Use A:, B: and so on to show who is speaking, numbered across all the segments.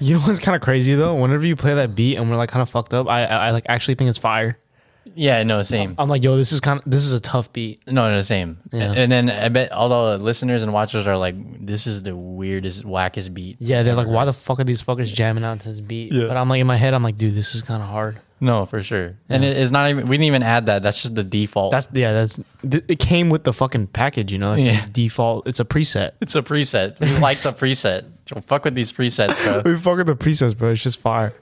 A: You know what's kind of crazy though? Whenever you play that beat and we're like kind of fucked up, I, I I like actually think it's fire.
B: Yeah, no, same.
A: I'm like, yo, this is kind of this is a tough beat.
B: No, no, same. And then I bet all the listeners and watchers are like, this is the weirdest, wackest beat.
A: Yeah, they're like, why the fuck are these fuckers jamming out to this beat? But I'm like in my head, I'm like, dude, this is kind of hard.
B: No, for sure. And it, it's not even, we didn't even add that. That's just the default.
A: That's yeah, that's th- it came with the fucking package, you know. It's
B: Yeah.
A: a default. It's a preset.
B: it's a preset. We like the preset. Don't fuck with these presets, bro.
A: We fuck with the presets, bro. It's just fire.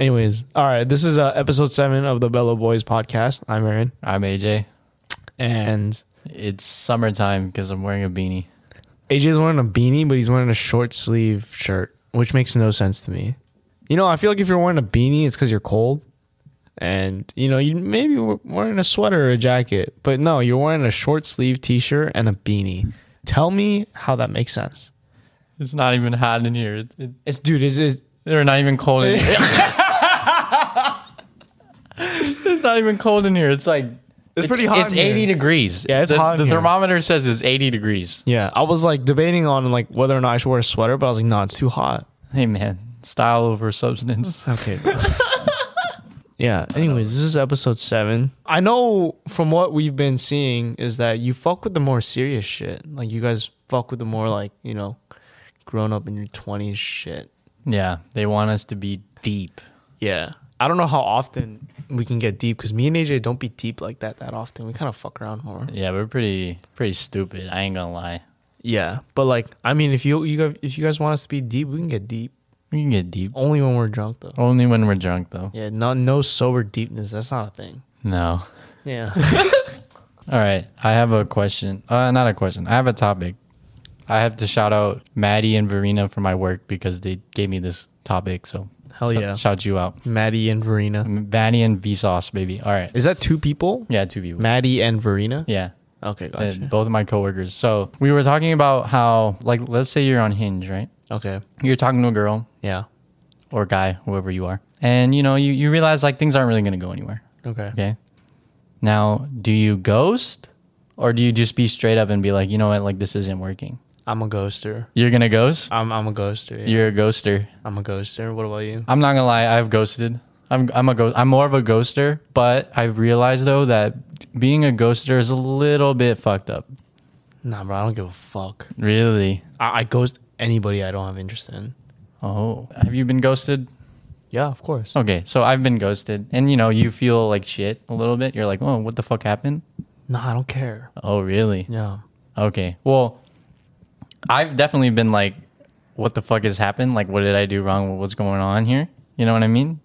A: Anyways, all right. This is uh, episode seven of the Bellow Boys podcast. I'm Aaron,
B: I'm AJ.
A: and
B: It's summertime because I'm wearing a beanie.
A: AJ's wearing a beanie, but he's wearing a short sleeve shirt, which makes no sense to me. You know, I feel like if you're wearing a beanie, it's because you're cold. And, you know, you maybe were wearing a sweater or a jacket, but no, you're wearing a short sleeve t shirt and a beanie. Tell me how that makes sense.
B: It's not even hot in here. It, it,
A: It's, dude, it's, it's,
B: they're not even cold in here. it's not even cold in here. It's like,
A: It's pretty hot
B: It's
A: in here.
B: 80 degrees.
A: Yeah, it's
B: the,
A: hot in
B: The
A: here.
B: thermometer says it's 80 degrees.
A: yeah, I was like debating on like whether or not I should wear a sweater, but I was like, no, it's too hot.
B: Hey, man, style over substance.
A: Okay. yeah. Anyways, this is episode seven. I know from what we've been seeing is that you fuck with the more serious shit. Like you guys fuck with the more like you know, grown up in your twenties shit.
B: Yeah, they want us to be deep.
A: Yeah. I don't know how often we can get deep because me and AJ don't be deep like that that often. We kind of fuck around more.
B: Yeah, we're pretty pretty stupid. I ain't gonna lie.
A: Yeah, but like I mean, if you you guys, if you guys want us to be deep, we can get deep.
B: We can get deep
A: Only when we're drunk though.
B: only when we're drunk, though.
A: Yeah, no no sober deepness. That's not a thing.
B: No.
A: Yeah.
B: All right, I have a question. Uh, not a question. I have a topic. I have to shout out Maddie and Verena for my work because they gave me this topic. So
A: Hell
B: sh-
A: yeah.
B: shout you out,
A: Maddie and Verena.
B: Maddie and Vsauce, baby. All right.
A: Is that two people?
B: Yeah, two people.
A: Maddie and Verena?
B: yeah.
A: Okay,
B: Uh,
A: gotcha.
B: both of my coworkers. So we were talking about how, like, let's say you're on Hinge, right?
A: okay.
B: You're talking to a girl
A: Yeah.
B: or guy, whoever you are, and you know you, you realize like things aren't really gonna go anywhere.
A: Okay.
B: Okay. Now, do you ghost or do you just be straight up and be like, you know what, like this isn't working?
A: I'm a ghoster.
B: You're gonna ghost?
A: I'm I'm a ghoster. yeah.
B: You're a ghoster.
A: I'm a ghoster. What about you?
B: I'm not gonna lie, I've ghosted. I'm I'm a ghost. I'm more of a ghoster, but I've realized though that being a ghoster is a little bit fucked up.
A: Nah, bro. I don't give a fuck.
B: Really?
A: I, I ghost anybody I don't have interest in.
B: Oh, have you been ghosted?
A: Yeah, of course.
B: Okay, so I've been ghosted, and you know you feel like shit a little bit. You're like, oh, what the fuck happened?
A: Nah, I don't care.
B: Oh, really?
A: Yeah.
B: Okay. Well, I've definitely been like, what the fuck has happened? Like, what did I do wrong? What's going on here? You know what I mean?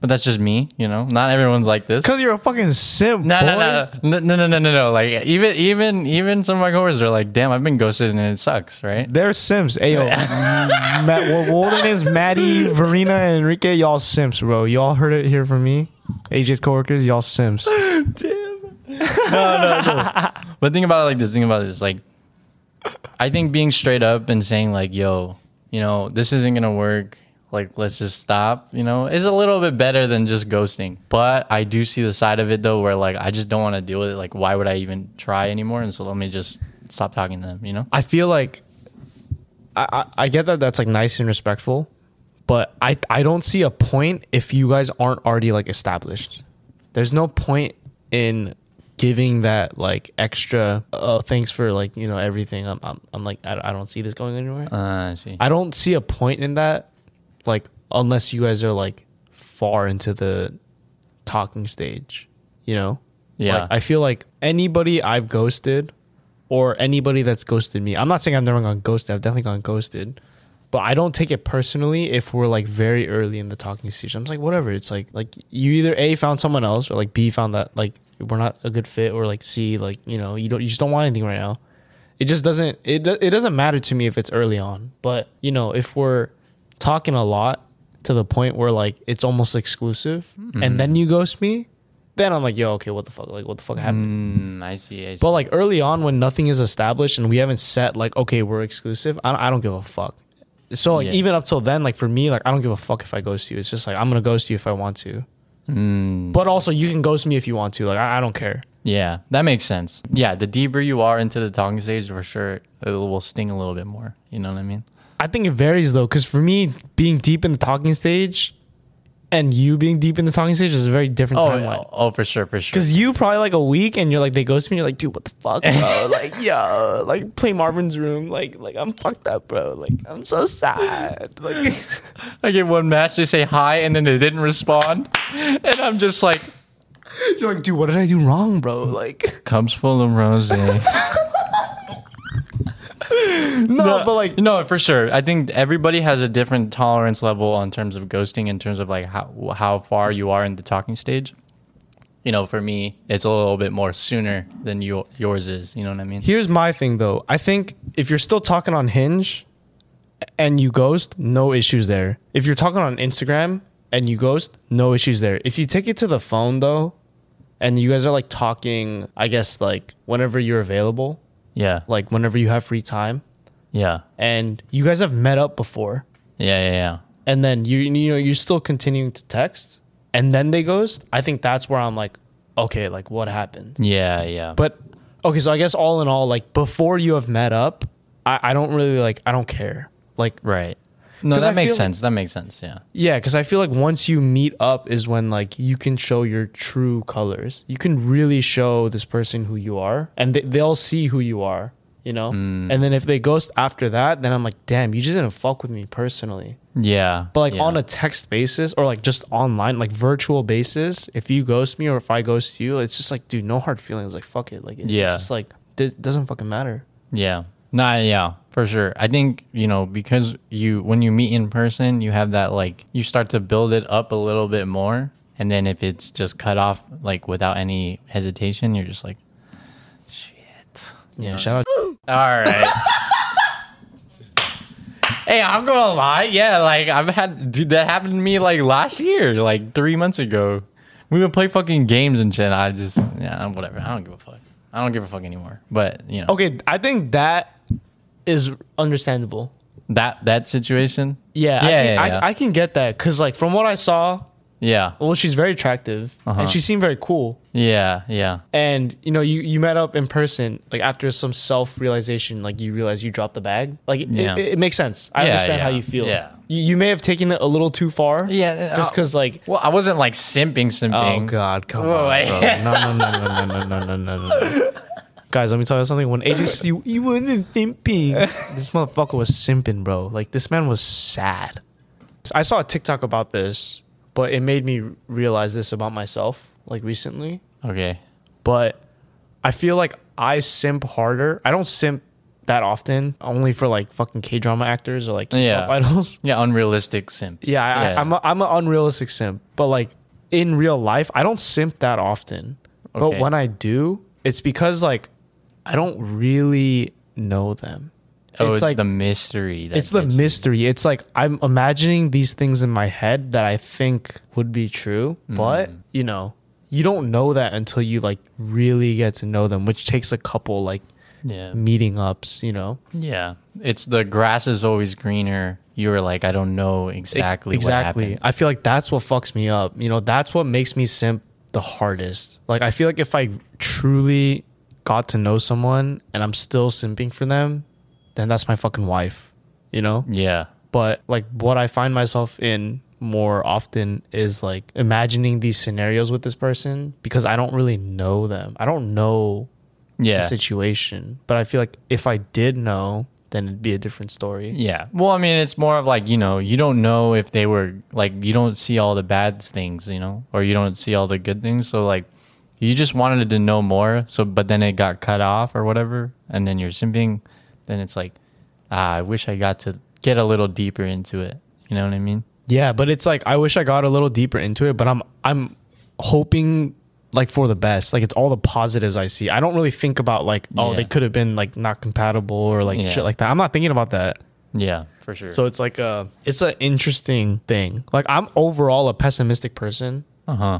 B: But that's just me, you know? Not everyone's like this.
A: Cause you're a fucking simp.
B: No, no, no, no, no, no, no, no, no. Like, even, even, even some of my coworkers are like, damn, I've been ghosted and it sucks, right?
A: They're Sims. Ayo. Matt, what, what their names? Maddie, Verena, and Enrique. Y'all Sims, bro. Y'all heard it here from me. AJ's coworkers, y'all Sims.
B: But think about it like this. Think about this. Like, I think being straight up and saying like, "Yo, you know, this isn't gonna work. Like, let's just stop." You know, is a little bit better than just ghosting. But I do see the side of it though, where like I just don't want to deal with it. Like, why would I even try anymore? And so let me just stop talking to them. You know?
A: I feel like I, I, I get that that's like nice and respectful, but I I don't see a point if you guys aren't already like established. There's no point in giving that like extra uh, thanks for like you know everything. I'm I'm, I'm like I, I don't see this going anywhere.
B: Uh, I see.
A: I don't see a point in that, like unless you guys are like far into the talking stage, you know?
B: Yeah.
A: Like, I feel like anybody I've ghosted or anybody that's ghosted me, I'm not saying I've never gone ghosted, I've definitely gone ghosted. But I don't take it personally if we're like very early in the talking stage. I'm just like, whatever. It's like like you either A found someone else or like B found that like we're not a good fit or like C, like, you know, you don't you just don't want anything right now it just doesn't it do- it doesn't matter to me if it's early on. But you know, if we're talking a lot to the point where like it's almost exclusive, and then you ghost me, then I'm like, yo, okay, what the fuck? Like, what the fuck happened?
B: Mm, I see. I see.
A: But like early on, when nothing is established and we haven't set like, okay, we're exclusive, I don't, I don't give a fuck. So like
B: Yeah.
A: even up till then, like for me, like I don't give a fuck if I ghost you. It's just like I'm gonna ghost you if I want to.
B: Mm,
A: But also, you can ghost me if you want to. Like I, I don't care.
B: yeah, that makes sense. Yeah, the deeper you are into the talking stage, for sure, it will sting a little bit more. You know what I mean?
A: I think it varies though, because for me, being deep in the talking stage and you being deep in the talking stage is a very different
B: Oh,
A: timeline.
B: oh, oh, for sure, for sure.
A: Because you probably like a week and you're like, they ghost me and you're like, dude, what the fuck, bro? like, yo, like play Marvin's room. Like, like I'm fucked up, bro. Like, I'm so sad. Like,
B: I get one match, they say hi, and then they didn't respond, and I'm just like,
A: you're like, dude, what did I do wrong, bro? Like,
B: cups full of rose.
A: no, but like,
B: no, for sure. I think everybody has a different tolerance level on terms of ghosting, in terms of like how how far you are in the talking stage. You know, for me, it's a little bit more sooner than your yours is. You know what I mean?
A: here's my thing though. I think if you're still talking on Hinge and you ghost, no issues there. If you're talking on Instagram and you ghost, no issues there. If you take it to the phone though, and you guys are like talking, I guess like whenever you're available,
B: Yeah,
A: like whenever you have free time,
B: yeah,
A: and you guys have met up before,
B: yeah, yeah, yeah.
A: and then you you know you're still continuing to text, and then they ghost. I think that's where I'm like, okay, like what happened?
B: Yeah, yeah.
A: But okay, so I guess all in all, like before you have met up, I, I don't really like I don't care. Like
B: right. No,
A: 'Cause
B: that
A: I
B: makes
A: feel-
B: sense. that makes sense. Yeah.
A: yeah, because I feel like once you meet up is when like you can show your true colors. You can really show this person who you are, and they, they'll see who you are. You know,
B: Mm.
A: and then if they ghost after that, then I'm like, damn, you just didn't fuck with me personally.
B: Yeah.
A: But like
B: yeah.
A: on a text basis or like just online, like virtual basis, if you ghost me or if I ghost you, it's just like, dude, no hard feelings. Like fuck it. Like it's
B: Yeah.
A: just like this doesn't fucking matter.
B: Yeah. Nah, yeah, for sure. I think, you know, because you when you meet in person, you have that like you start to build it up a little bit more. And then if it's just cut off like without any hesitation, you're just like
A: Yeah. Shout out.
B: all right. hey, I'm gonna lie. Yeah, like I've had dude that happened to me like last year, like three months ago. We would play fucking games and shit. I just yeah, whatever. I don't give a fuck. I don't give a fuck anymore. But you know
A: Okay, I think that is understandable.
B: that that situation.
A: Yeah, I,
B: Yeah,
A: can,
B: yeah,
A: I,
B: yeah.
A: I can get that because like from what I saw,
B: Yeah.
A: well, she's very attractive
B: Uh-huh.
A: and she seemed very cool.
B: Yeah, yeah,
A: And you know, you you met up in person like after some self realization, like you realize you dropped the bag. Like it,
B: Yeah.
A: it, it makes sense. I
B: Yeah,
A: understand how
B: yeah,
A: you feel.
B: yeah.
A: You, you may have taken it a little too far.
B: yeah. uh,
A: just because like
B: Well, I wasn't like simping, simping.
A: Oh, God, come
B: Whoa, wait.
A: No, no, no, no, no, no, no, no, no. Guys, let me tell you something. When AJ said you, you wasn't simping, this motherfucker was simping, bro. Like this man was sad. I saw a TikTok about this, but it made me realize this about myself, like recently.
B: Oh, Okay.
A: But I feel like I simp harder. I don't simp that often, only for like fucking K drama actors or like
B: Yeah.
A: K-pop idols.
B: Yeah, unrealistic simp.
A: Yeah, I,
B: Yeah.
A: I, I'm a, I'm an unrealistic simp, but like in real life, I don't simp that often. But
B: Okay.
A: when I do, it's because like I don't really know them.
B: oh, it's,
A: like
B: the mystery. That
A: it's the
B: gets you.
A: mystery. It's like I'm imagining these things in my head that I think would be true,
B: Hmm.
A: but you know, you don't know that until you like really get to know them, which takes a couple like
B: Yeah.
A: meeting ups, you know.
B: Yeah. It's the grass is always greener. You were like, I don't know
A: Ex-
B: exactly.
A: exactly
B: What happened.
A: i feel like that's what fucks me up you know that's what makes me simp the hardest like i feel like if i truly got to know someone and i'm still simping for them then that's my fucking wife you know
B: Yeah.
A: but like what i find myself in more often is like imagining these scenarios with this person because i don't really know them i don't know the
B: Yeah.
A: situation but i feel like if i did know then it'd be a different story
B: Yeah. Well, I mean, it's more of like, you know, you don't know if they were like, you don't see all the bad things, you know, or you don't see all the good things. So, like, you just wanted to know more. So, but then it got cut off or whatever. And then you're simping. Then it's like, ah, I wish I got to get a little deeper into it. You know what I mean?
A: Yeah, but it's like I wish I got a little deeper into it, but I'm I'm hoping like for the best. Like it's all the positives I see. I don't really think about like oh
B: Yeah.
A: they could have been like not compatible or like
B: Yeah.
A: shit like that. I'm not thinking about that.
B: Yeah, for sure.
A: So it's like a it's an interesting thing. Like I'm overall a pessimistic person.
B: uh huh.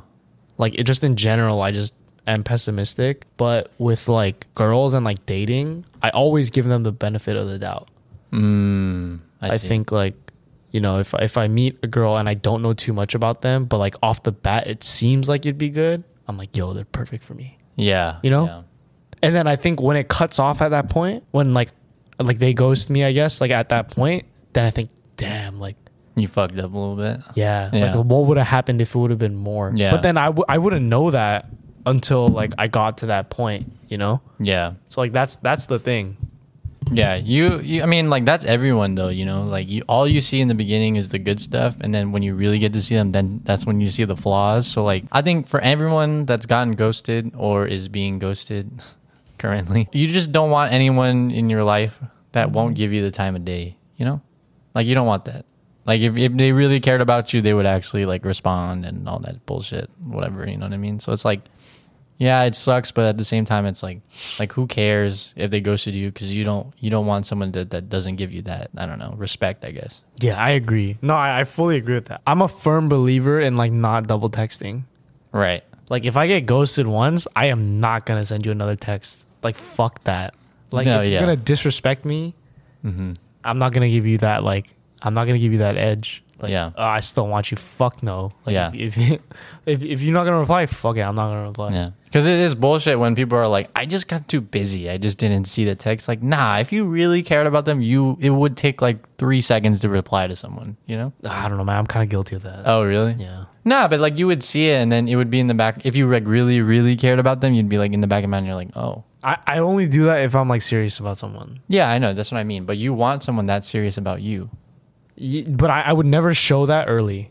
A: Like it just in general I just am pessimistic, but with like girls and like dating, I always give them the benefit of the doubt. I,
B: see.
A: think like you know if if I meet a girl and I don't know too much about them, but like off the bat it seems like it'd be good. I'm like, yo, they're perfect for me.
B: Yeah.
A: You know?
B: yeah.
A: And then I think when it cuts off at that point, when like like they ghost me, I guess like at that point, then I think, damn, like
B: you fucked up a little bit.
A: yeah,
B: Yeah.
A: like what would have happened if it would have been more?
B: Yeah.
A: But then I w- I wouldn't know that until like I got to that point, you know.
B: Yeah.
A: So like that's that's the thing.
B: Yeah, you, you. I mean, like that's everyone though. You know, like you, all you see in the beginning is the good stuff, and then when you really get to see them, then that's when you see the flaws. So, like, I think for everyone that's gotten ghosted or is being ghosted currently, you just don't want anyone in your life that won't give you the time of day. You know, like you don't want that. Like if, if they really cared about you, they would actually like respond and all that bullshit, whatever. You know what I mean? So it's like yeah, it sucks, but at the same time, it's like, like who cares if they ghosted you? Because you don't, you don't want someone that, that doesn't give you that. I don't know, respect, I guess.
A: Yeah, I agree. No, I, I fully agree with that. I'm a firm believer in like not double texting.
B: Right.
A: Like if I get ghosted once, I am not gonna send you another text. Like fuck that. Like
B: No,
A: if you're
B: yeah. Mm-hmm.
A: gonna disrespect me, I'm not gonna give you that. Like I'm not gonna give you that edge. Like,
B: Yeah.
A: "Oh, I still want you. Fuck no. Like,
B: Yeah.
A: If if, if if you're not gonna reply, fuck it. I'm not gonna reply.
B: Yeah. Because it is bullshit when people are like, I just got too busy. I just didn't see the text. Like, nah, if you really cared about them, you, it would take like three seconds to reply to someone, you know?
A: I don't know, man. I'm kind of guilty of that.
B: Oh, really?
A: yeah.
B: Nah, but like you would see it and then it would be in the back. If you like really, really cared about them, you'd be like in the back of my mind, you're like, oh,
A: I, I only do that if I'm like serious about someone.
B: yeah, I know. That's what I mean. But you want someone that serious about you.
A: Y- But I, I would never show that early.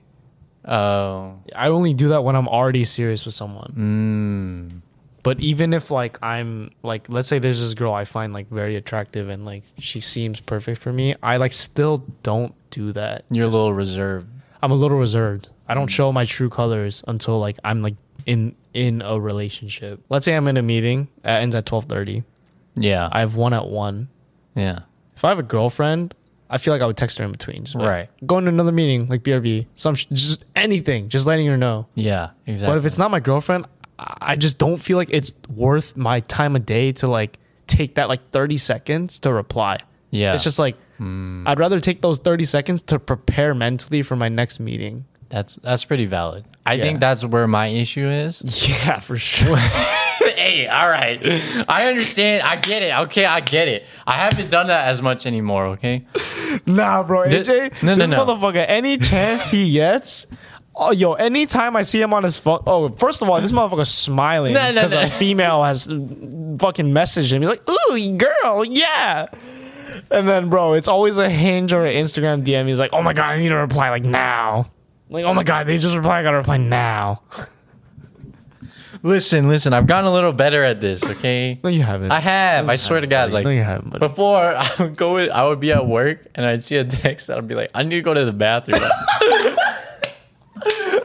B: Oh.
A: I only do that when I'm already serious with someone. But even if like I'm like let's say there's this girl I find like very attractive and like she seems perfect for me, I like still don't do that.
B: You're a little reserved.
A: I'm a little reserved. I don't show my true colors until like I'm like in in a relationship. Let's say I'm in a meeting that ends at 12:30.
B: Yeah.
A: I have one at 1.
B: yeah.
A: If I have a girlfriend, I feel like I would text her in between. Just be like,
B: Right.
A: Going to another meeting like BRB, some sh- just anything, just letting her know.
B: Yeah. Exactly.
A: But if it's not my girlfriend, I I just don't feel like it's worth my time of day to like take that like 30 seconds to reply.
B: Yeah.
A: It's just like I'd rather take those 30 seconds to prepare mentally for my next meeting.
B: that's that's pretty valid. I
A: Yeah.
B: think that's where my issue is.
A: Yeah, for sure.
B: hey, all right. I understand. I get it. Okay, I get it. I haven't done that as much anymore, okay?
A: nah, bro,
B: Th-
A: AJ.
B: no, no,
A: this
B: no.
A: motherfucker, any chance he gets. Oh, yo, anytime I see him on his phone. Oh, first of all, this motherfucker's smiling
B: No, no,
A: because
B: no.
A: a female has fucking messaged him. He's like, ooh, girl, yeah. And then, bro, it's always a hinge or an Instagram DM. He's like, oh my God, I need a reply like now. Like, oh my God, they just reply. I got to reply now.
B: Listen, listen. I've gotten a little better at this, okay?
A: No, you haven't.
B: I have. I swear to God, like
A: no, you haven't. But
B: before I would go, in- I would be at work and I'd see a text. I'd be like, I need to go to the bathroom.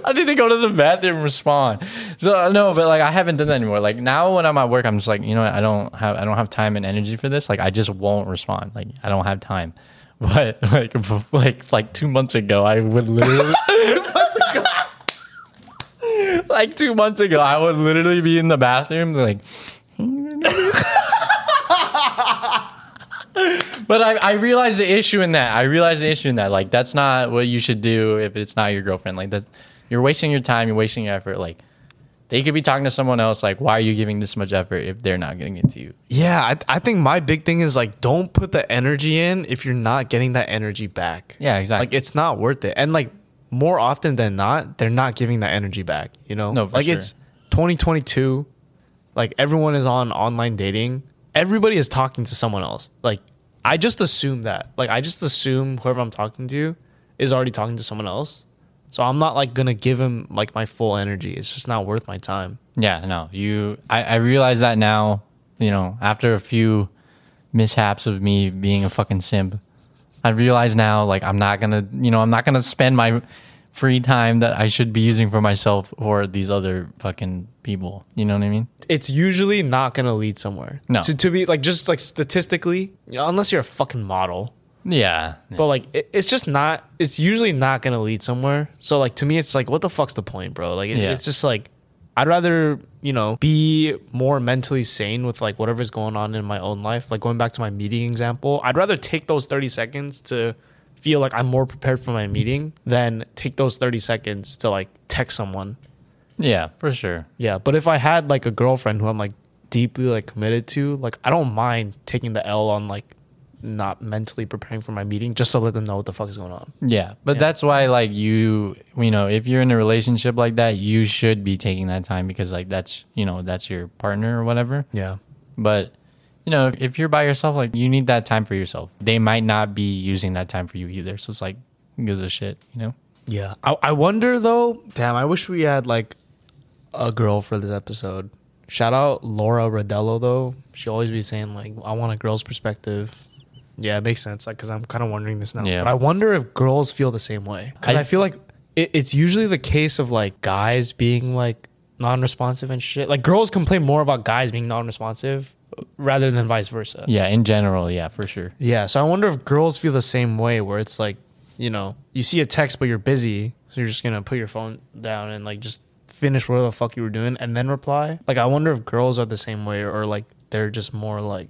B: I need to go to the bathroom and respond. So no, but like I haven't done that anymore. Like now when I'm at work, I'm just like, you know, what? I don't have I don't have time and energy for this. Like I just won't respond. Like I don't have time. But like like like two months ago, I would literally. like two months ago, I would literally be in the bathroom, like. but I, I realized the issue in that. I realized the issue in that. Like, that's not what you should do if it's not your girlfriend. Like, that you're wasting your time. You're wasting your effort. Like, they could be talking to someone else. Like, why are you giving this much effort if they're not getting it to you?
A: yeah, I, I think my big thing is like, don't put the energy in if you're not getting that energy back.
B: Yeah, exactly.
A: like it's not worth it and like more often than not they're not giving that energy back you know
B: No, for
A: like
B: sure.
A: it's 2022 like everyone is on online dating everybody is talking to someone else like i just assume that like i just assume whoever i'm talking to is already talking to someone else so i'm not like gonna give him like my full energy it's just not worth my time
B: Yeah, no, you. I, I realize that now. You know, after a few mishaps of me being a fucking simp, I realize now, like, I'm not gonna. You know, I'm not gonna spend my free time that I should be using for myself or these other fucking people. You know what I mean?
A: It's usually not gonna lead somewhere.
B: No.
A: to, to be like just like statistically, you know, unless you're a fucking model.
B: Yeah.
A: But like, it, it's just not. It's usually not gonna lead somewhere. So like, to me, it's like, what the fuck's the point, bro? Like, it-
B: Yeah.
A: it's just like, I'd rather you know be more mentally sane with like whatever's going on in my own life. Like going back to my meeting example, I'd rather take those thirty seconds to feel like I'm more prepared for my meeting than take those thirty seconds to like text someone.
B: Yeah, for sure.
A: Yeah, but if I had like a girlfriend who I'm like deeply like committed to, like I don't mind taking the L on like not mentally preparing for my meeting just to let them know what the fuck is going on.
B: Yeah. But that's why like you you know, if you're in a relationship like that, you should be taking that time because like that's you know, that's your partner or whatever.
A: Yeah.
B: But you know, if, if you're by yourself, like you need that time for yourself. They might not be using that time for you either. So it's like who gives a shit, you know?
A: Yeah. I, I wonder though, damn, I wish we had like a girl for this episode. Shout out Laura Rodello though. She always be saying like I want a girl's perspective. Yeah, it makes sense. Like, cause I'm kind of wondering this now.
B: Yeah.
A: But I wonder if girls feel the same way. Cause I,
B: I-
A: feel like it, it's usually the case of like guys being like non-responsive and shit. Like girls complain more about guys being non-responsive uh, rather than vice versa.
B: Yeah, in general, yeah, for sure.
A: Yeah, so I wonder if girls feel the same way where it's like, you know, you see a text but you're busy, so you're just gonna put your phone down and like just finish whatever the fuck you were doing and then reply. Like I wonder if girls are the same way or like they're just more like,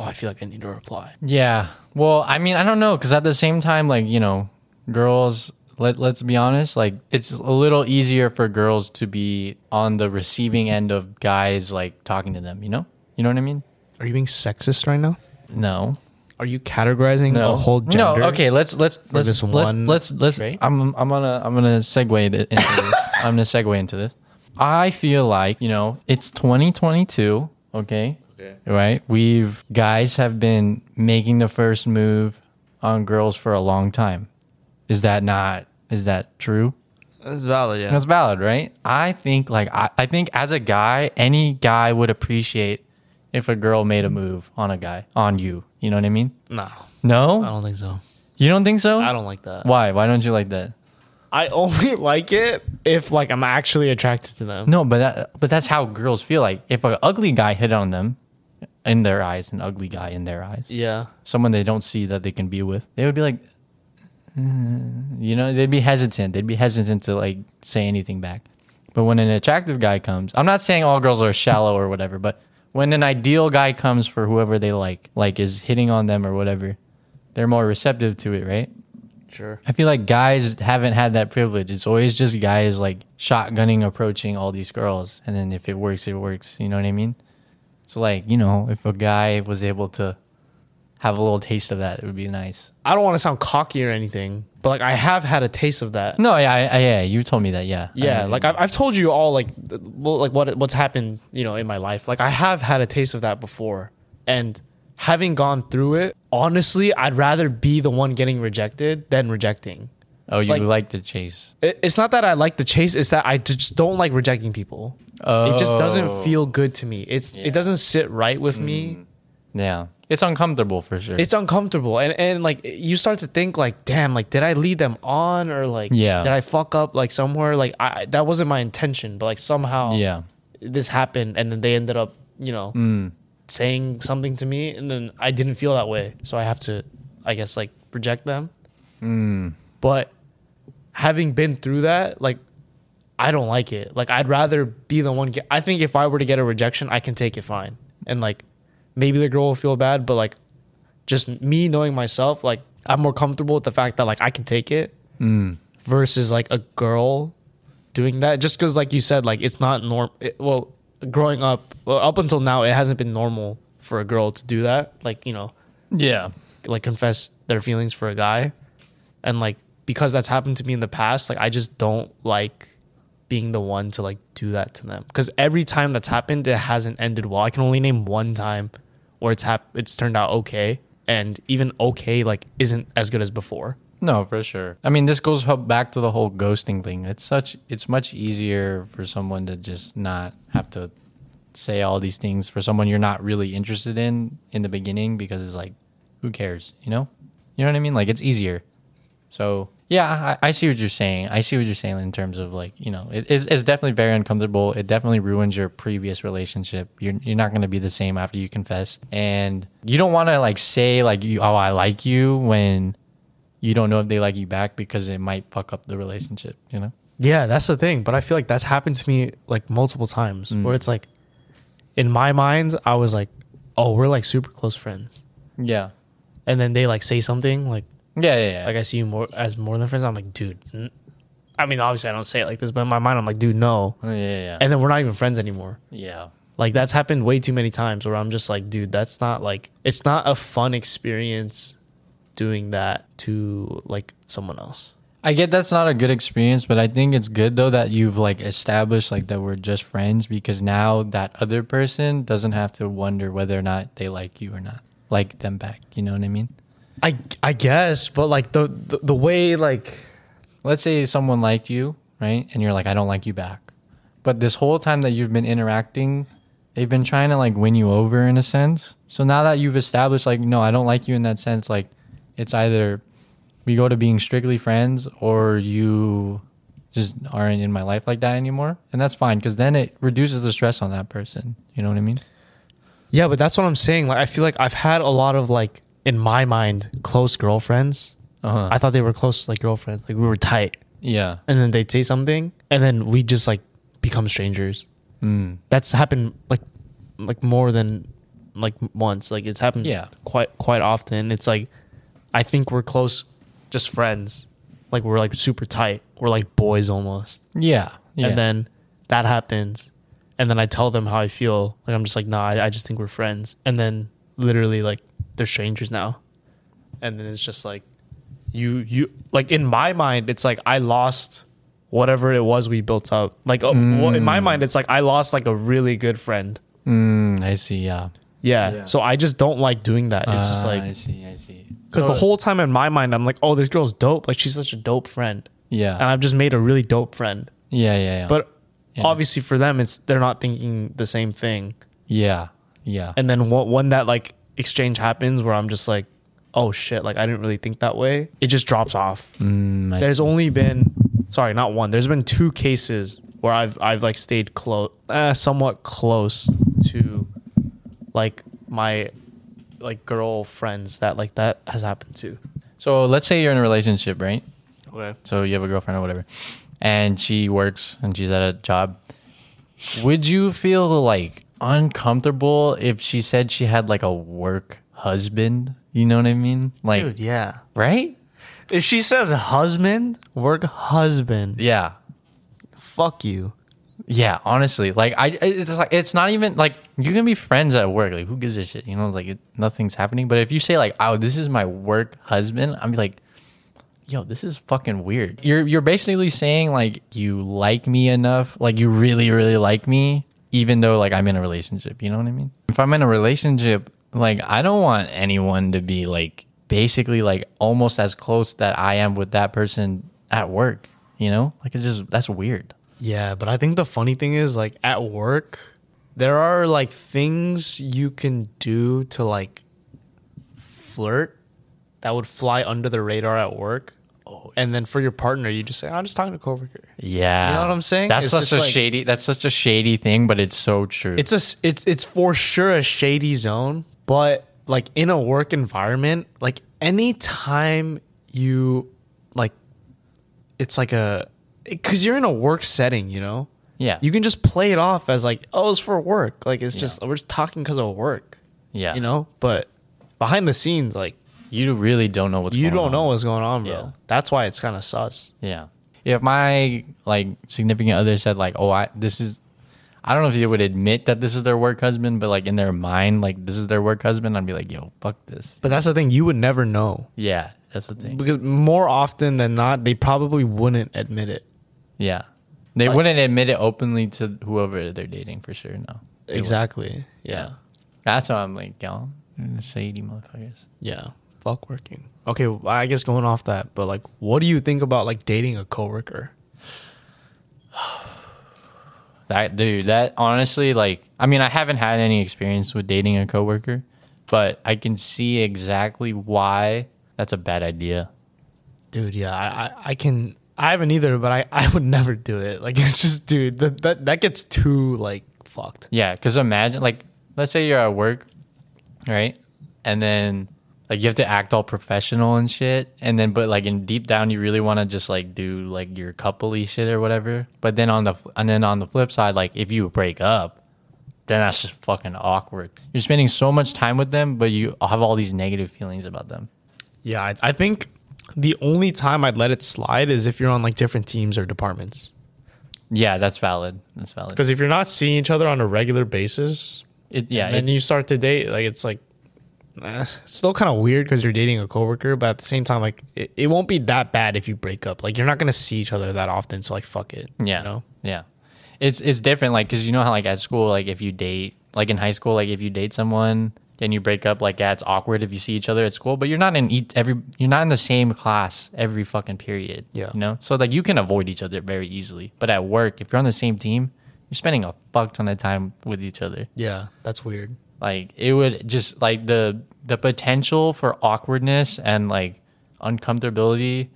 A: Oh, I feel like I need to reply.
B: Yeah. Well, I mean, I don't know because at the same time, like you know, girls. Let Let's be honest. Like it's a little easier for girls to be on the receiving end of guys like talking to them. You know. You know what I mean?
A: Are you being sexist right now?
B: No.
A: Are you categorizing
B: No.
A: a whole gender?
B: No. Okay. Let's let's let's
A: this
B: let's
A: one
B: let's let's.
A: trait?
B: I'm I'm gonna I'm gonna segue th- into this. I'm gonna segue into this. I feel like you know it's 2022. Okay. Okay. Right. We've guys have been making the first move on girls for a long time. Is that not? Is that true?
A: That's valid, yeah.
B: That's valid, right? I think like I, I think as a guy, any guy would appreciate if a girl made a move on a guy on you. You know what I mean?
A: No.
B: No.
A: I don't think so.
B: You don't think so?
A: I don't like that.
B: Why? Why don't you like that?
A: I only like it if like I'm actually attracted to them.
B: No, but that, but that's how girls feel like. If an ugly guy hit on them, in their eyes, an ugly guy in their eyes,
A: Yeah.
B: someone they don't see that they can be with, they would be like, "Mm," you know, they'd be hesitant. They'd be hesitant to like say anything back. But when an attractive guy comes, I'm not saying all girls are shallow or whatever, but when an ideal guy comes for whoever they like, like is hitting on them or whatever, they're more receptive to it, right?
A: Sure.
B: I feel like guys haven't had that privilege. It's always just guys like shotgunning approaching all these girls, and then if it works, it works. You know what I mean? So like, you know, if a guy was able to have a little taste of that, it would be nice.
A: I don't want to sound cocky or anything, but like I have had a taste of that.
B: No, yeah, I, I, yeah, you told me that. Yeah,
A: Yeah,
B: I-
A: like I've, I've told you all like th- well, like what what's happened you know in my life. Like I have had a taste of that before, and having gone through it, honestly, I'd rather be the one getting rejected than rejecting.
B: oh, you
A: like-
B: like, the chase.
A: It, it's not that I like the chase; it's that I just don't like rejecting people. It just doesn't
B: Oh. Mm.
A: feel good to me. It's it doesn't sit right with me.
B: Yeah, it's uncomfortable for sure.
A: It's uncomfortable, and and like you start to think like, damn, like did I lead them on or like
B: Yeah.
A: did I fuck up like somewhere? Like I that wasn't my intention, but like somehow
B: yeah,
A: this happened and then they ended up you know saying something to me and then i didn't feel that way so i have to i guess like reject them but having been through that like i don't like it like i'd rather be the one get, i think if i were to get a rejection i can take it fine and like maybe the girl will feel bad but like just me knowing myself like i'm more comfortable with the fact that like i can take it versus like a girl doing that just because like you said like it's not norm it, well growing up well, up until now it hasn't been normal for a girl to do that like you know
B: yeah,
A: like confess their feelings for a guy and like because that's happened to me in the past like i just don't like being the one to like do that to them because every time that's happened it hasn't ended well i can only name one time where it's hap- it's turned out okay and even okay like isn't as good as before
B: No, for sure. I mean, this goes hu- back to the whole ghosting thing. It's such it's much easier for someone to just not have to say all these things for someone you're not really interested in in the beginning because it's like who cares, you know? You know what I mean? Like it's easier. So Yeah, I, I see what you're saying. I see what you're saying in terms of like, you know, it, it's, it's definitely very uncomfortable. It definitely ruins your previous relationship. You're, you're not going to be the same after you confess. And you don't want to like say, like, you, oh, I like you when you don't know if they like you back because it might fuck up the relationship, you know?
A: Yeah, that's the thing. But I feel like that's happened to me like multiple times where it's like, in my mind, I was like, oh, we're like super close friends.
B: Yeah.
A: And then they like say something like,
B: Yeah, yeah, yeah.
A: like I see you more as more than friends. I'm like, dude. n- I mean, obviously, I don't say it like this, but in my mind, I'm like, dude, no.
B: yeah, yeah, yeah.
A: And then we're not even friends anymore.
B: yeah.
A: Like that's happened way too many times where I'm just like, dude, that's not like it's not a fun experience doing that to like someone else.
B: I get that's not a good experience, but I think it's good though that you've like established like that we're just friends because now that other person doesn't have to wonder whether or not they like you or not, like them back. You know what I mean?
A: I I guess, but like the the, the way like
B: Let's say someone liked you, right? And you're like, I don't like you back. But this whole time that you've been interacting, they've been trying to like win you over in a sense. So now that you've established like, no, I don't like you in that sense, like it's either we go to being strictly friends or you just aren't in my life like that anymore. And that's fine because then it reduces the stress on that person. You know what I mean?
A: yeah, but that's what I'm saying. Like I feel like I've had a lot of like in my mind close girlfriends.
B: Uh-huh.
A: I thought they were close like girlfriends, like we were tight.
B: Yeah.
A: and then they'd say something and then we just like become strangers
B: Hmm.
A: that's happened like like more than like once like it's happened
B: Yeah.
A: quite quite often it's like i think we're close just friends like we're like super tight we're like boys almost
B: Yeah. Yeah.
A: and then that happens and then i tell them how i feel like i'm just like nah I, I just think we're friends and then literally like they're strangers now and then it's just like you you like in my mind it's like i lost whatever it was we built up like oh, well, in my mind it's like i lost like a really good friend
B: Mm, I see. Yeah.
A: yeah,
B: Yeah.
A: so i just don't like doing that it's just
B: Ah,
A: like
B: I see. I see.
A: because
B: So-
A: the whole time in my mind i'm like oh this girl's dope like she's such a dope friend and
B: Yeah.
A: i've just made a really dope friend
B: Yeah. Yeah. yeah.
A: but
B: Yeah.
A: obviously for them it's they're not thinking the same thing
B: yeah. Yeah.
A: and then wh- when that like exchange happens where i'm just like oh shit like i didn't really think that way it just drops off
B: Mm, I
A: there's only been sorry not one there's been two cases where i've i've like stayed close uh, somewhat close to like my like girlfriends that like that has happened to
B: So let's say you're in a relationship, right?
A: okay
B: So you have a girlfriend or whatever, and she works and she's at a job. Would you feel like uncomfortable if she said she had like a work husband? You know what I mean? Like,
A: dude yeah
B: right?
A: if she says husband work husband
B: Yeah.
A: fuck you
B: Yeah, honestly, like I, it's like it's not even like you can be friends at work. Like, who gives a shit? You know, like it, nothing's happening. But if you say like, "Oh, this is my work husband," I'm like, "Yo, this is fucking weird." You're you're basically saying like you like me enough, like you really really like me, even though like I'm in a relationship. You know what I mean? If I'm in a relationship, like I don't want anyone to be like basically like almost as close that I am with that person at work. You know, like it's just that's weird.
A: Yeah, but I think the funny thing is like at work, there are like things you can do to like flirt that would fly under the radar at work. Oh, And then for your partner, you just say, "I'm just talking to coworker."
B: Yeah.
A: You know what I'm saying?
B: That's
A: It's
B: such
A: just
B: a
A: like-
B: shady that's such a shady thing, but it's so true.
A: It's a s- it's it's for sure a shady zone, but like in a work environment, like any time you like, it's like a because you're in a work setting, you know.
B: yeah.
A: you can just play it off as like, oh, it's for work. Like it's just we're just talking because of work,
B: yeah.
A: you know. But behind the scenes, like
B: you really don't know what's
A: you
B: going
A: don't
B: on.
A: know what's going on, bro.
B: Yeah.
A: That's why it's kind of sus.
B: Yeah. If my like significant other said like, "Oh, I this is I don't know if they would admit that this is their work husband, but like in their mind like this is their work husband, I'd be like, "Yo, fuck this."
A: But that's the thing; you would never know
B: Yeah, that's the thing.
A: because more often than not, they probably wouldn't admit it.
B: Yeah. They wouldn't admit it openly to whoever they're dating for sure, no.
A: Exactly. Yeah.
B: That's why I'm like, "Yo, shady motherfuckers."
A: Yeah. Fuck working. Okay, well, I guess going off that, but like, what do you think about like dating a coworker?
B: That dude, that honestly, like, I mean, I haven't had any experience with dating a coworker, but I can see exactly why that's a bad idea.
A: dude, yeah, I, I, I can. I haven't either, but I, I would never do it. Like it's just, dude, that that, that gets too like fucked.
B: Yeah, because imagine like let's say you're at work, right? And then like you have to act all professional and shit, and then but like in deep down you really want to just like do like your coupley shit or whatever. But then on the f- and then on the flip side, like if you break up, then that's just fucking awkward. You're spending so much time with them, but you have all these negative feelings about them.
A: Yeah, I, I think the only time I'd let it slide is if you're on like different teams or departments.
B: Yeah, that's valid. That's valid.
A: Because if you're not seeing each other on a regular basis,
B: It, yeah,
A: and
B: it-
A: then you start to date, like it's like eh, it's still kind of weird because you're dating a coworker, but at the same time, like it, it won't be that bad if you break up. Like you're not gonna see each other that often, so like fuck it.
B: Yeah.
A: You know?
B: Yeah. It's it's different like cuz you know how like at school like if you date like in high school like if you date someone and you break up like yeah it's awkward if you see each other at school but you're not in each, every you're not in the same class every fucking period.
A: Yeah.
B: You know? So like you can avoid each other very easily. But at work if you're on the same team you're spending a fuck ton of time with each other.
A: Yeah, that's weird.
B: Like it would just like the the potential for awkwardness and like uncomfortability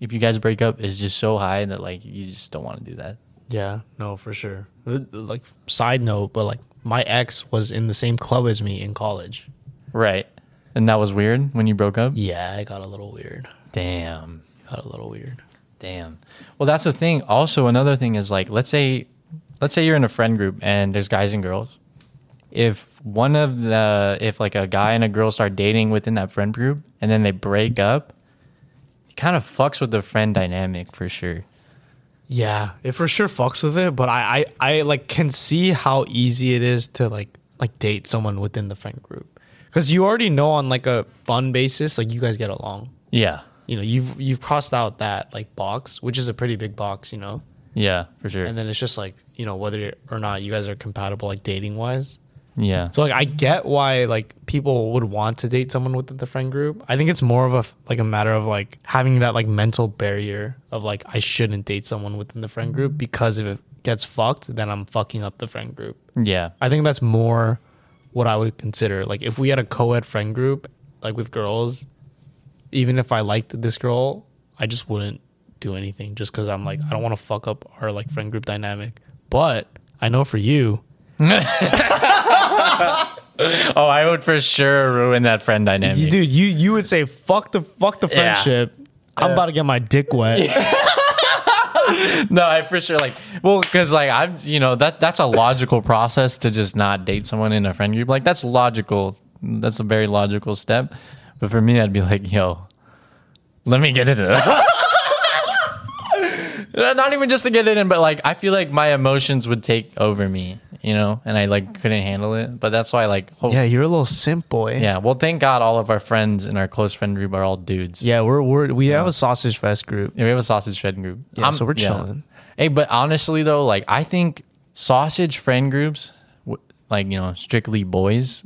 B: if you guys break up is just so high that like you just don't want to do that.
A: Yeah, no, for sure. Like side note, but like my ex was in the same club as me in college.
B: Right. And that was weird when you broke up?
A: Yeah, it got a little weird.
B: Damn.
A: Got a little weird.
B: Damn. Well, that's the thing. Also, another thing is like, let's say, let's say you're in a friend group and there's guys and girls. If one of the, if like a guy and a girl start dating within that friend group and then they break up, it kind of fucks with the friend dynamic for sure.
A: Yeah, it for sure fucks with it, but I, I, I like can see how easy it is to like like date someone within the friend group because you already know on like a fun basis like you guys get along.
B: Yeah.
A: You know, you've you've crossed out that like box, which is a pretty big box, you know.
B: Yeah, for sure.
A: And then it's just like you know whether or not you guys are compatible like dating wise.
B: yeah.
A: So like I get why like people would want to date someone within the friend group. I think it's more of a like a matter of like having that like mental barrier of like I shouldn't date someone within the friend group because if it gets fucked, then I'm fucking up the friend group.
B: yeah.
A: I think that's more what I would consider. Like if we had a co-ed friend group like with girls, even if I liked this girl, I just wouldn't do anything just cuz I'm like I don't want to fuck up our like friend group dynamic. But I know for you,
B: Oh, I would for sure ruin that friend dynamic.
A: You, dude, you you would say fuck the fuck the
B: Yeah.
A: friendship. I'm about to get my dick wet.
B: No, I for sure like well, because like I'm you know that that's a logical process to just not date someone in a friend group. Like that's logical. That's a very logical step. But for me, I'd be like, yo, let me get it in. Not even just to get it in, but like I feel like my emotions would take over me, you know, and I like couldn't handle it. But that's why like hope,
A: Yeah,
B: yeah.
A: you're a little simp boy.
B: Well, thank God all of our friends in our close friend group are all dudes.
A: Yeah, we're we're we have a sausage fest group.
B: Yeah, we have a sausage friend group.
A: Yeah, so we're chilling.
B: Hey, but honestly though, like I think sausage friend groups, w- like you know, strictly boys,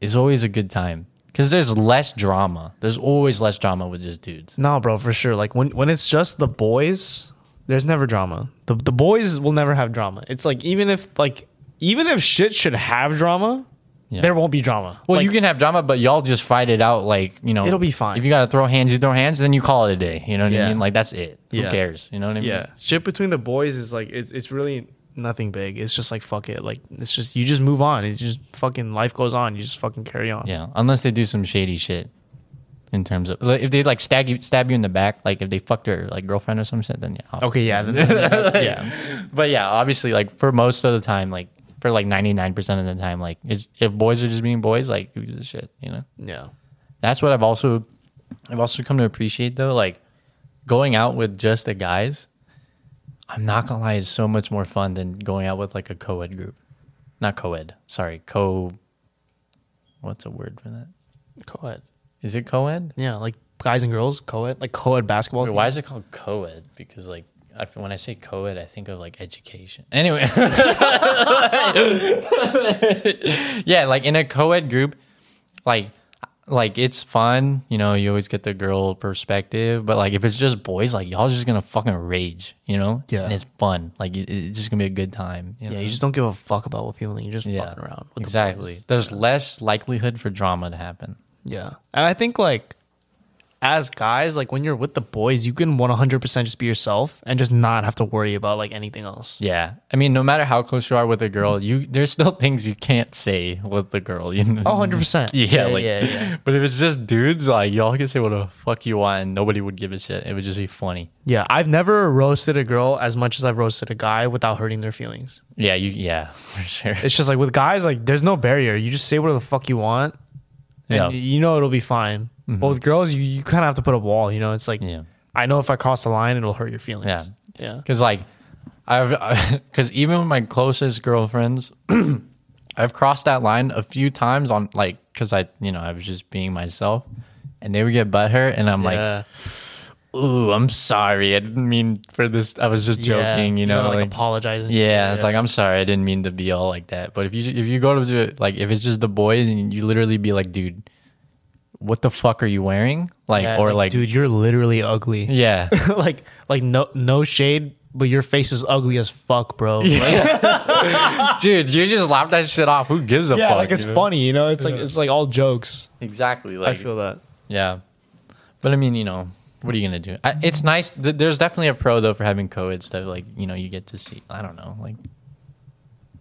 B: is always a good time because there's less drama. There's always less drama with just dudes.
A: No, bro, for sure. Like when when it's just the boys, there's never drama. The the boys will never have drama. It's like even if like even if shit should have drama,
B: Yeah.
A: there won't be drama.
B: Well,
A: Like,
B: you can have drama, but y'all just fight it out. Like you know,
A: It'll be fine.
B: If you gotta throw hands, you throw hands, then you call it a day. You know what
A: Yeah.
B: I mean? Like that's it.
A: Yeah.
B: Who cares? You know what I mean?
A: yeah, shit between the boys is like it's it's really nothing big. It's just like fuck it. Like it's just you just move on. It's just fucking life goes on. You just fucking carry on.
B: Yeah, unless they do some shady shit. In terms of like, if they like stab you, stab you in the back, like if they fucked their like girlfriend or some shit, then yeah. I'll-
A: Okay, yeah, then- yeah.
B: But yeah, obviously, like for most of the time, like for like ninety nine percent of the time, like it's, if boys are just being boys, like who gives a shit, you know?
A: Yeah.
B: That's what I've also, I've also come to appreciate though, like going out with just the guys. I'm not gonna lie, is so much more fun than going out with like a co-ed group, not co-ed. Sorry, co. What's a word for that?
A: Co-ed.
B: Is it co-ed?
A: Yeah, like guys and girls, co-ed, like co-ed basketball.
B: Wait,
A: team.
B: why is it called co-ed? Because like I f when I say co-ed, I think of like education. Anyway, yeah, like in a co-ed group, like like it's fun. You know, you always get the girl perspective. But like if it's just boys, like y'all just gonna fucking rage. You know?
A: Yeah.
B: And it's fun. Like it, it's just gonna be a good time. you
A: Yeah,
B: know?
A: you just don't give a fuck about what people think. You're just
B: Yeah,
A: fucking around. With the
B: exactly.
A: boys.
B: There's less likelihood for drama to happen.
A: yeah, and I think like as guys, like when you're with the boys, you can 100% just be yourself and just not have to worry about like anything else.
B: Yeah, I mean, no matter how close you are with a girl, you there's still things you can't say with the girl. You
A: Oh,
B: know,
A: 100%.
B: Yeah, like,
A: yeah, yeah.
B: But if it's just dudes, like y'all can say what the fuck you want, and nobody would give a shit. It would just be funny.
A: Yeah, I've never roasted a girl as much as I've roasted a guy without hurting their feelings.
B: Yeah, you. Yeah, for sure.
A: It's just like with guys, like there's no barrier. You just say whatever the fuck you want, and
B: Yeah. Mm-hmm.
A: you know it'll be fine. But with girls, you, you kind of have to put up a wall. You know, it's like
B: Yeah.
A: I know if I cross the line, it'll hurt your feelings.
B: Yeah.
A: yeah.
B: Because like, I've because even with my closest girlfriends, I've crossed that line a few times on like because I you know I was just being myself, and they would get butthurt, and I'm
A: Yeah.
B: like, ooh, I'm sorry, I didn't mean for this. I was just
A: Yeah.
B: joking, you know,
A: gotta, like,
B: like.
A: apologizing.
B: yeah, it's like I'm sorry, I didn't mean to be all like that. But if you if you go to do it, like if it's just the boys and you literally be like, dude, what the fuck are you wearing? Like
A: Yeah,
B: or like,
A: dude, you're literally ugly.
B: yeah,
A: like like no no shade, but your face is ugly as fuck, bro. Yeah, like,
B: dude, you just laugh that shit off. Who gives a fuck? you know?
A: funny, you know. It's like it's like all jokes.
B: Exactly. Like
A: that.
B: Yeah, but I mean, you know, what are you gonna do? I, it's nice. Th- there's definitely a pro though for having co-ed stuff. Like you know, you get to see. I don't know. Like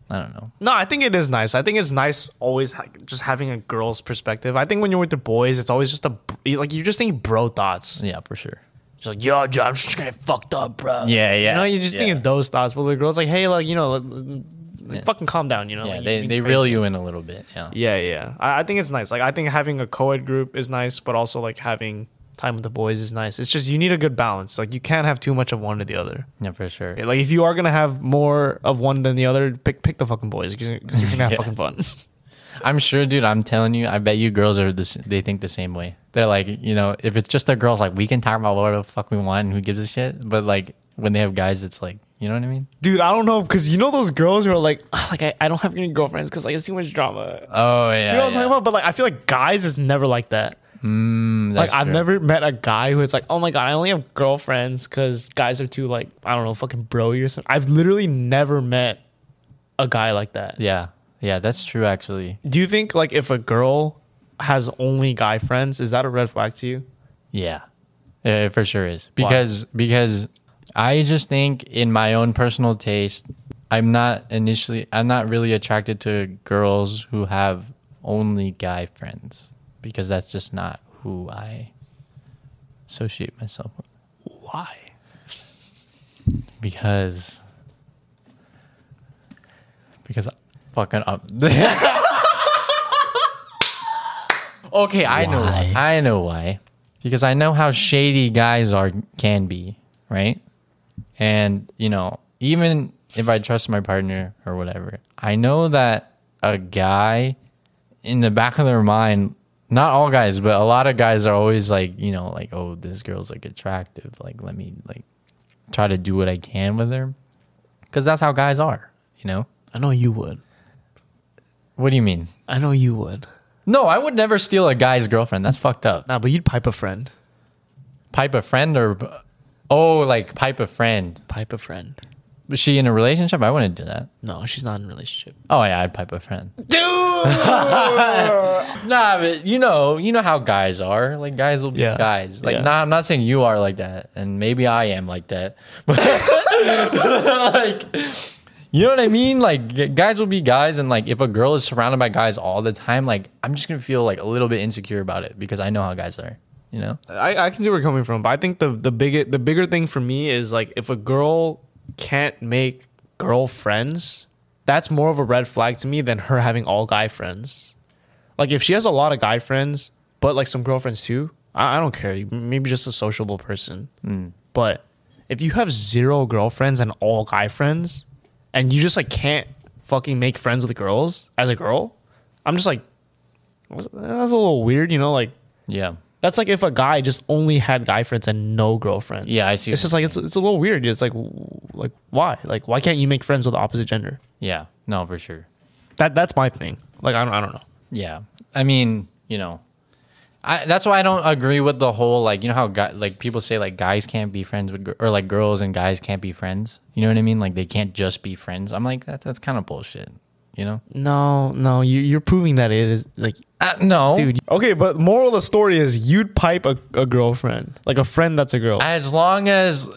B: I don't know.
A: No, I think it is nice. I think it's nice always ha- just having a girl's perspective. I think when you're with the boys, it's always just a br- like you just think bro thoughts.
B: Yeah, for sure.
A: It's like yo, Joe, I'm just gonna get fucked up, bro.
B: Yeah, yeah,
A: You know, you're just
B: yeah.
A: thinking those thoughts. But the girls like, hey, like you know, like, like, fucking calm down. You know,
B: Yeah,
A: like,
B: they
A: you-
B: they reel you in a little bit. Yeah.
A: Yeah, yeah. I, I think it's nice. Like I think having a co-ed group is nice, but also like having time with the boys is nice. It's just you need a good balance. Like you can't have too much of one or the other.
B: Yeah, for sure.
A: Like if you are gonna have more of one than the other, pick pick the fucking boys because you're 'cause you're gonna have fucking fun.
B: I'm sure, dude. I'm telling you. I bet you girls are this. They think the same way. They're like, you know, if it's just the girls, like we can talk about whatever the fuck we want and who gives a shit. But like when they have guys, it's like, you know what I mean?
A: Dude, I don't know because you know those girls who are like, "Ah, like I, I don't have any girlfriends because like it's too much drama.
B: Oh yeah.
A: you know what I'm talking about? But like I feel like guys is never like that.
B: Mm,
A: Like I've never met a guy who it's like, oh my god, I only have girlfriends because guys are too like I don't know, fucking broy or something. I've literally never met a guy like that.
B: Yeah, yeah, that's true. Actually,
A: Do you think like if a girl has only guy friends, is that a red flag to you?
B: Yeah, it for sure is because because I just think in my own personal taste, I'm not initially I'm not really attracted to girls who have only guy friends because that's just not who I associate myself with
A: Why?
B: because because I- fucking up. okay, I know why. I know why. Because I know how shady guys are can be, right? And you know, even if I trust my partner or whatever, I know that a guy in the back of their mind, not all guys, but a lot of guys are always like, you know, like, oh, this girl's like attractive. Like, let me like try to do what I can with her. Cause that's how guys are, you know?
A: I know you would.
B: What do you mean?
A: I know you would.
B: No, I would never steal a guy's girlfriend. That's fucked up.
A: Nah, but you'd pipe a friend.
B: Pipe a friend or, oh, like pipe a friend.
A: Pipe a friend.
B: Was she in a relationship? I wouldn't do that.
A: No, she's not in a relationship.
B: Oh yeah, I'd pipe a friend.
A: Dude.
B: Nah, but you know, you know how guys are. Like guys will be
A: Yeah.
B: guys. Like,
A: Yeah.
B: nah, I'm not saying you are like that, and maybe I am like that. But like, you know what I mean? Like, g- guys will be guys, and like, if a girl is surrounded by guys all the time, like, I'm just gonna feel like a little bit insecure about it because I know how guys are. You know?
A: I, I can see where you're coming from, but I think the the bigger the bigger thing for me is like if a girl can't make girlfriends, that's more of a red flag to me than her having all guy friends. Like if she has a lot of guy friends, but like some girlfriends too, I, I don't care. You- Maybe just a sociable person, but if you have zero girlfriends and all guy friends, and you just like can't fucking make friends with girls as a girl, I'm just like that's that's a little weird, you know, like.
B: Yeah.
A: That's like if a guy just only had guy friends and no girlfriends.
B: Yeah, I see.
A: It's just like it's it's a little weird. It's like w- like why? Like why can't you make friends with the opposite gender?
B: yeah. No, for sure.
A: That that's my thing. Like I don't I don't know.
B: Yeah. I mean, you know, I, that's why I don't agree with the whole like you know how guy, like people say like guys can't be friends with gir- or like girls and guys can't be friends. You know what I mean? Like they can't just be friends. I'm like that that's kind of bullshit. You know?
A: No, no, you you're proving that it is like
B: Uh, no,
A: dude. Okay, but moral of the story is you'd pipe a, a girlfriend, like a friend that's a girl.
B: As long as,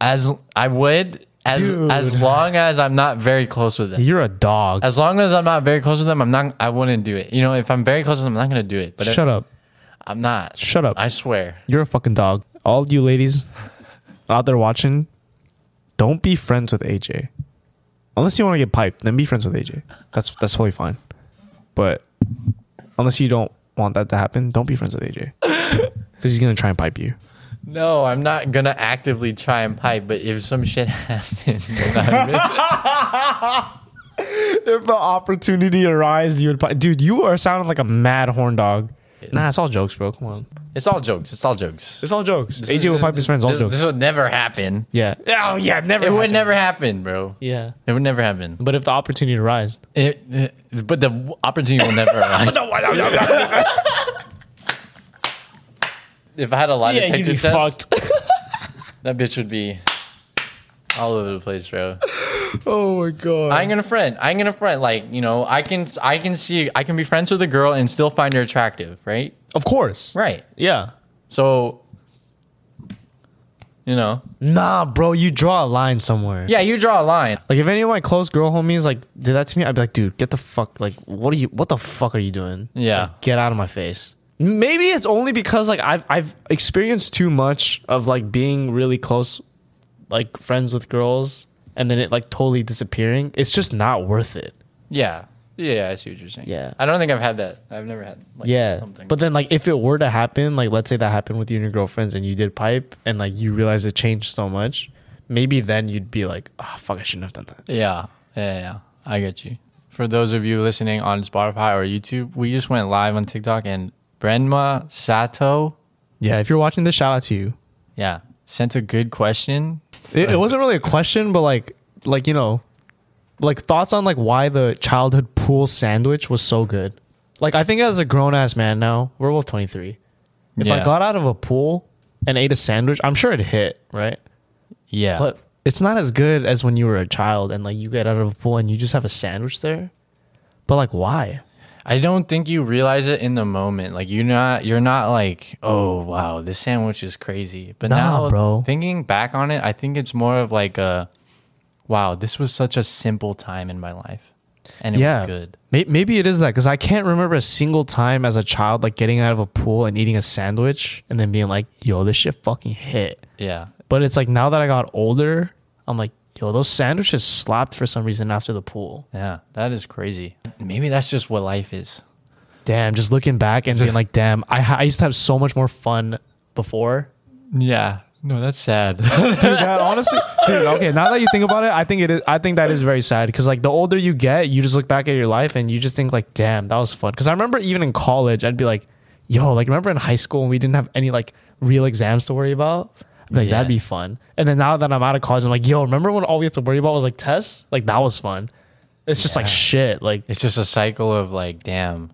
B: as I would, as
A: Dude.
B: as long as I'm not very close with them.
A: You're a dog.
B: As long as I'm not very close with them, I'm not. I wouldn't do it. You know, if I'm very close with them, I'm not gonna do it. But if-
A: Shut up.
B: I'm not.
A: Shut up.
B: I swear.
A: You're a fucking dog. All you ladies out there watching, don't be friends with AJ. Unless you want to get piped, then be friends with AJ. That's that's totally fine. But unless you don't want that to happen, don't be friends with AJ. Because he's gonna try and pipe you.
B: No, I'm not gonna actively try and pipe. But if some shit happened, then I would.
A: If the opportunity arises, you would pipe. Dude, you are sounding like a mad horn dog. Nah, it's all jokes, bro. Come on,
B: it's all jokes. It's all jokes.
A: it's all jokes. AJ will pipe his friends. All
B: this,
A: jokes.
B: This would never happen.
A: yeah. Oh yeah, never.
B: It would
A: happened.
B: never happen, bro.
A: Yeah.
B: It would never happen.
A: But if the opportunity arises,
B: It, it- but the opportunity will never arise. If I had a lie detector test, that bitch would be all over the place, bro.
A: Oh my god.
B: I ain't gonna friend. I ain't gonna friend. Like you know, I can I can see I can be friends with a girl and still find her attractive, right?
A: of course.
B: Right.
A: Yeah.
B: So, you know,
A: Nah, bro, you draw a line somewhere.
B: yeah, you draw a line.
A: Like if any of my close girl homies like did that to me, I'd be like, dude, get the fuck like what are you what the fuck are you doing?
B: Yeah.
A: Like, get out of my face. Maybe it's only because like I've I've experienced too much of like being really close like friends with girls and then it like totally disappearing. It's just not worth it.
B: Yeah. Yeah, I see what you're saying.
A: Yeah.
B: I don't think I've had that. I've never had like
A: yeah
B: something.
A: but then like if it were to happen like let's say that happened with you and your girlfriends and you did pipe and like you realized it changed so much maybe then you'd be like oh fuck i shouldn't have done that
B: Yeah, yeah, yeah. I get you. For those of you listening on Spotify or YouTube, we just went live on TikTok and Brenma Sato,
A: yeah if you're watching this shout out to you
B: yeah, sent a good question.
A: it, it wasn't really a question but like like you know like thoughts on like why the childhood pool sandwich was so good like i think as a grown-ass man now we're both 23 if i
B: Yeah.
A: got out of a pool and ate a sandwich i'm sure it hit right
B: Yeah,
A: But it's not as good as when you were a child and like you get out of a pool and you just have a sandwich there. But like, why?
B: I don't think you realize it in the moment. Like you're not, you're not like, oh wow, this sandwich is crazy. But
A: Nah,
B: now,
A: bro.
B: thinking back on it, I think it's more of like a, wow, this was such a simple time in my life, and it was good.
A: May- Maybe it is that because I can't remember a single time as a child like getting out of a pool and eating a sandwich and then being like, yo, this shit fucking hit.
B: Yeah,
A: But it's like now that I got older, I'm like, yo, those sandwiches slapped for some reason after the pool.
B: yeah, that is crazy. Maybe that's just what life is.
A: Damn, just looking back and being like, damn, I, ha- I used to have so much more fun before.
B: Yeah. No, that's sad.
A: dude that honestly dude okay now that you think about it i think it is i think that is very sad because like the older you get you just look back at your life and you just think like damn that was fun because i remember even in college i'd be like yo like remember in high school when we didn't have any like real exams to worry about I'd be like
B: Yeah.
A: that'd be fun and then now that i'm out of college i'm like yo remember when all we had to worry about was like tests like that was fun it's just like shit like
B: it's just a cycle of like, damn.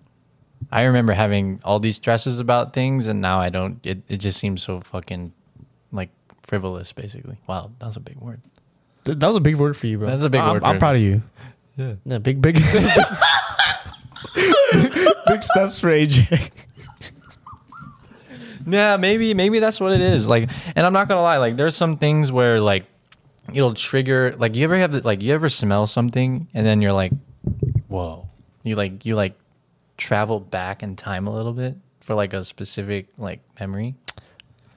B: I remember having all these stresses about things, and now I don't. It, it just seems so fucking like frivolous, basically. Wow, that was a big word.
A: th- that was a big word for you bro
B: That's a big
A: I'm-
B: word
A: i'm
B: for
A: proud of you yeah, big big big steps for aj
B: Yeah, maybe maybe that's what it is. Like, and I'm not gonna lie. Like, there's some things where like it'll trigger. Like, you ever have the- like you ever smell something, and then you're like, whoa. You like you like travel back in time a little bit for like a specific like memory.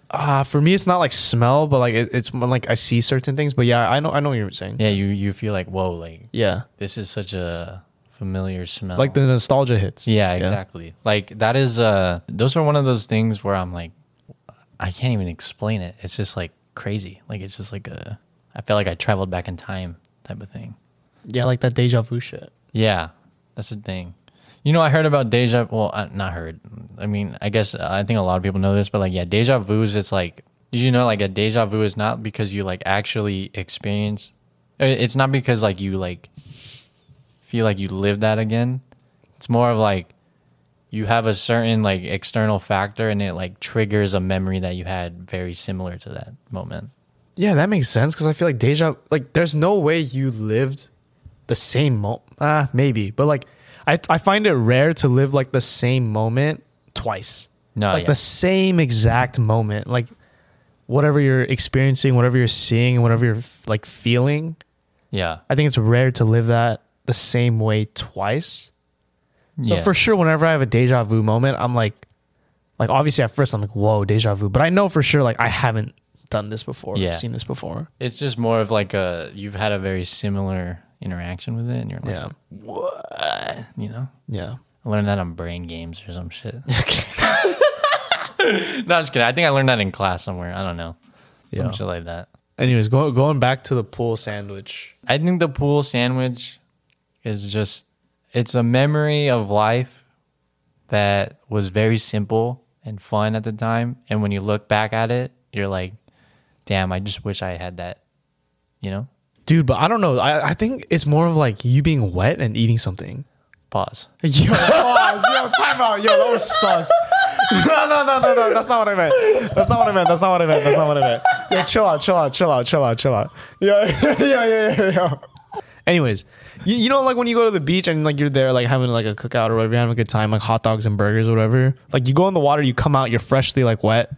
A: Uh, for me, it's not like smell, but like it, it's more like I see certain things. But yeah, I know, I know what you're saying. Yeah,
B: Yeah, you you feel like whoa, like this is such a familiar smell.
A: like the nostalgia hits.
B: yeah, exactly. Like that is uh those are one of those things where I'm like I can't even explain it. It's just like crazy. Like it's just like a I felt like I traveled back in time type of thing.
A: yeah, like that deja vu shit.
B: Yeah. That's the thing. You know, I heard about deja. Well, uh, not heard. I mean, I guess uh, I think a lot of people know this, but like, yeah, deja vu is. It's like, did you know, like a deja vu is not because you like actually experience. uh, It's not because like you like feel like you live that again. It's more of like you have a certain like external factor, and it like triggers a memory that you had very similar to that moment.
A: Yeah, that makes sense because I feel like deja. Like, there's no way you lived the same moment. Ah, uh, maybe, but like, I, I find it rare to live like the same moment twice.
B: No,
A: like
B: yeah.
A: the same exact moment. Like whatever you're experiencing, whatever you're seeing, whatever you're like feeling.
B: yeah.
A: I think it's rare to live that the same way twice. So
B: yeah.
A: for sure, whenever I have a deja vu moment, I'm like, like obviously at first I'm like, whoa, deja vu. But I know for sure, like I haven't done this before,
B: Yeah.
A: seen this before.
B: It's just more of like a you've had a very similar interaction with it, and you're like,
A: Yeah,
B: you know,
A: yeah.
B: I learned that on brain games or some shit. no, I'm just kidding. I think I learned that in class somewhere. I don't know,
A: Yeah.
B: some shit like that.
A: Anyways, go, going back to the pool sandwich.
B: I think the pool sandwich is just it's a memory of life that was very simple and fun at the time. And when you look back at it, you're like, damn, I just wish I had that. You know?
A: Dude, but I don't know. I, I think it's more of like you being wet and eating something.
B: Pause.
A: Yo, pause. Yo, time out. Yo, that was sus. No, no, no, no, no. That's not what I meant. That's not what I meant. That's not what I meant. That's not what I meant. Yo, chill out, chill out, chill out, chill out, chill out. Yo, yo, yo, yo, yo. Anyways, you, you know, like when you go to the beach and like you're there, like having like a cookout or whatever, you're having a good time, like hot dogs and burgers or whatever. Like you go in the water, you come out, you're freshly like wet.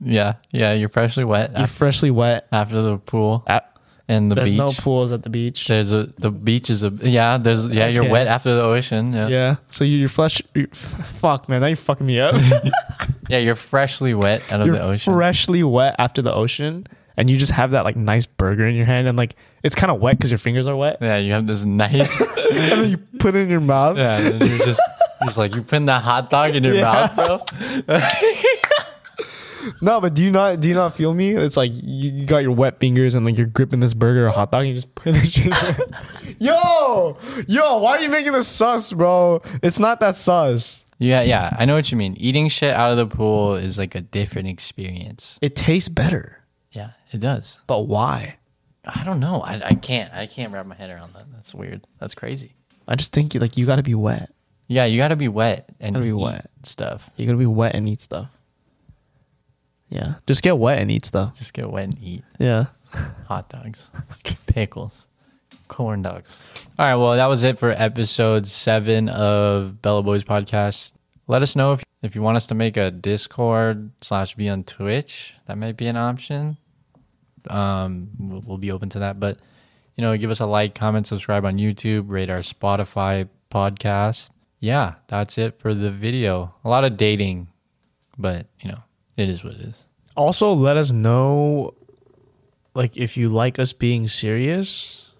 B: Yeah. Yeah. You're freshly wet
A: You're
B: af-
A: freshly wet.
B: after the pool
A: At,
B: and the
A: there's
B: beach.
A: no pools at the beach.
B: There's a the beach is a yeah, there's yeah, you're
A: Okay.
B: wet after the ocean. Yeah. yeah.
A: Yeah. So you, you're flesh. You're, f- fuck, man. Now you're fucking me up.
B: you're freshly wet out of
A: you're
B: the ocean.
A: freshly wet after the ocean, and you just have that like nice burger in your hand, and like it's kind of wet because your fingers are wet.
B: yeah, you have this nice
A: and then you put it in your mouth.
B: Yeah, and then you're just you're just like you putting that hot dog in your mouth, bro.
A: No, but do you not do you not feel me? It's like you, you got your wet fingers and like you're gripping this burger or hot dog and you just put this shit. in. yo, yo, why are you making this sus, bro? It's not that sus.
B: Yeah, yeah, I know what you mean. Eating shit out of the pool is like a different experience.
A: It tastes better,
B: Yeah, it does.
A: but why?
B: I don't know. I, I can't. I can't wrap my head around that. That's weird. That's crazy.
A: I just think you like you got to be wet.
B: Yeah, you got to be wet and
A: Gotta be
B: eat
A: wet.
B: stuff.
A: You got to be wet and eat stuff. Yeah, just get wet and eat stuff.
B: Just get wet and eat
A: Yeah.
B: hot dogs, pickles, corn dogs. All right. Well, that was it for episode seven of Bella Boys podcast. Let us know if if you want us to make a Discord slash be on Twitch. That might be an option. um, we'll, we'll be open to that. But you know, give us a like, comment, subscribe on YouTube, rate our Spotify podcast. Yeah, that's it for the video. A lot of dating, but you know, it is what it is.
A: Also, let us know, like, if you like us being serious,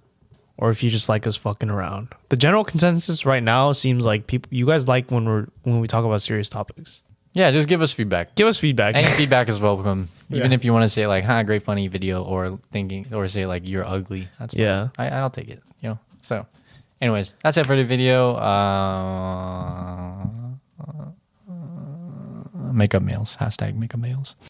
A: or if you just like us fucking around. The general consensus right now seems like people, you guys like when we're when we talk about serious topics.
B: Yeah, just give us feedback.
A: Give us feedback.
B: Any feedback is welcome. Even
A: Yeah.
B: if you want to say like, "Huh, great funny video," or thinking, or say like, "You're ugly." That's fine.
A: Yeah.
B: I, I'll take it. You know. So, anyways, that's it for the video. Uh, makeup males hashtag makeup males.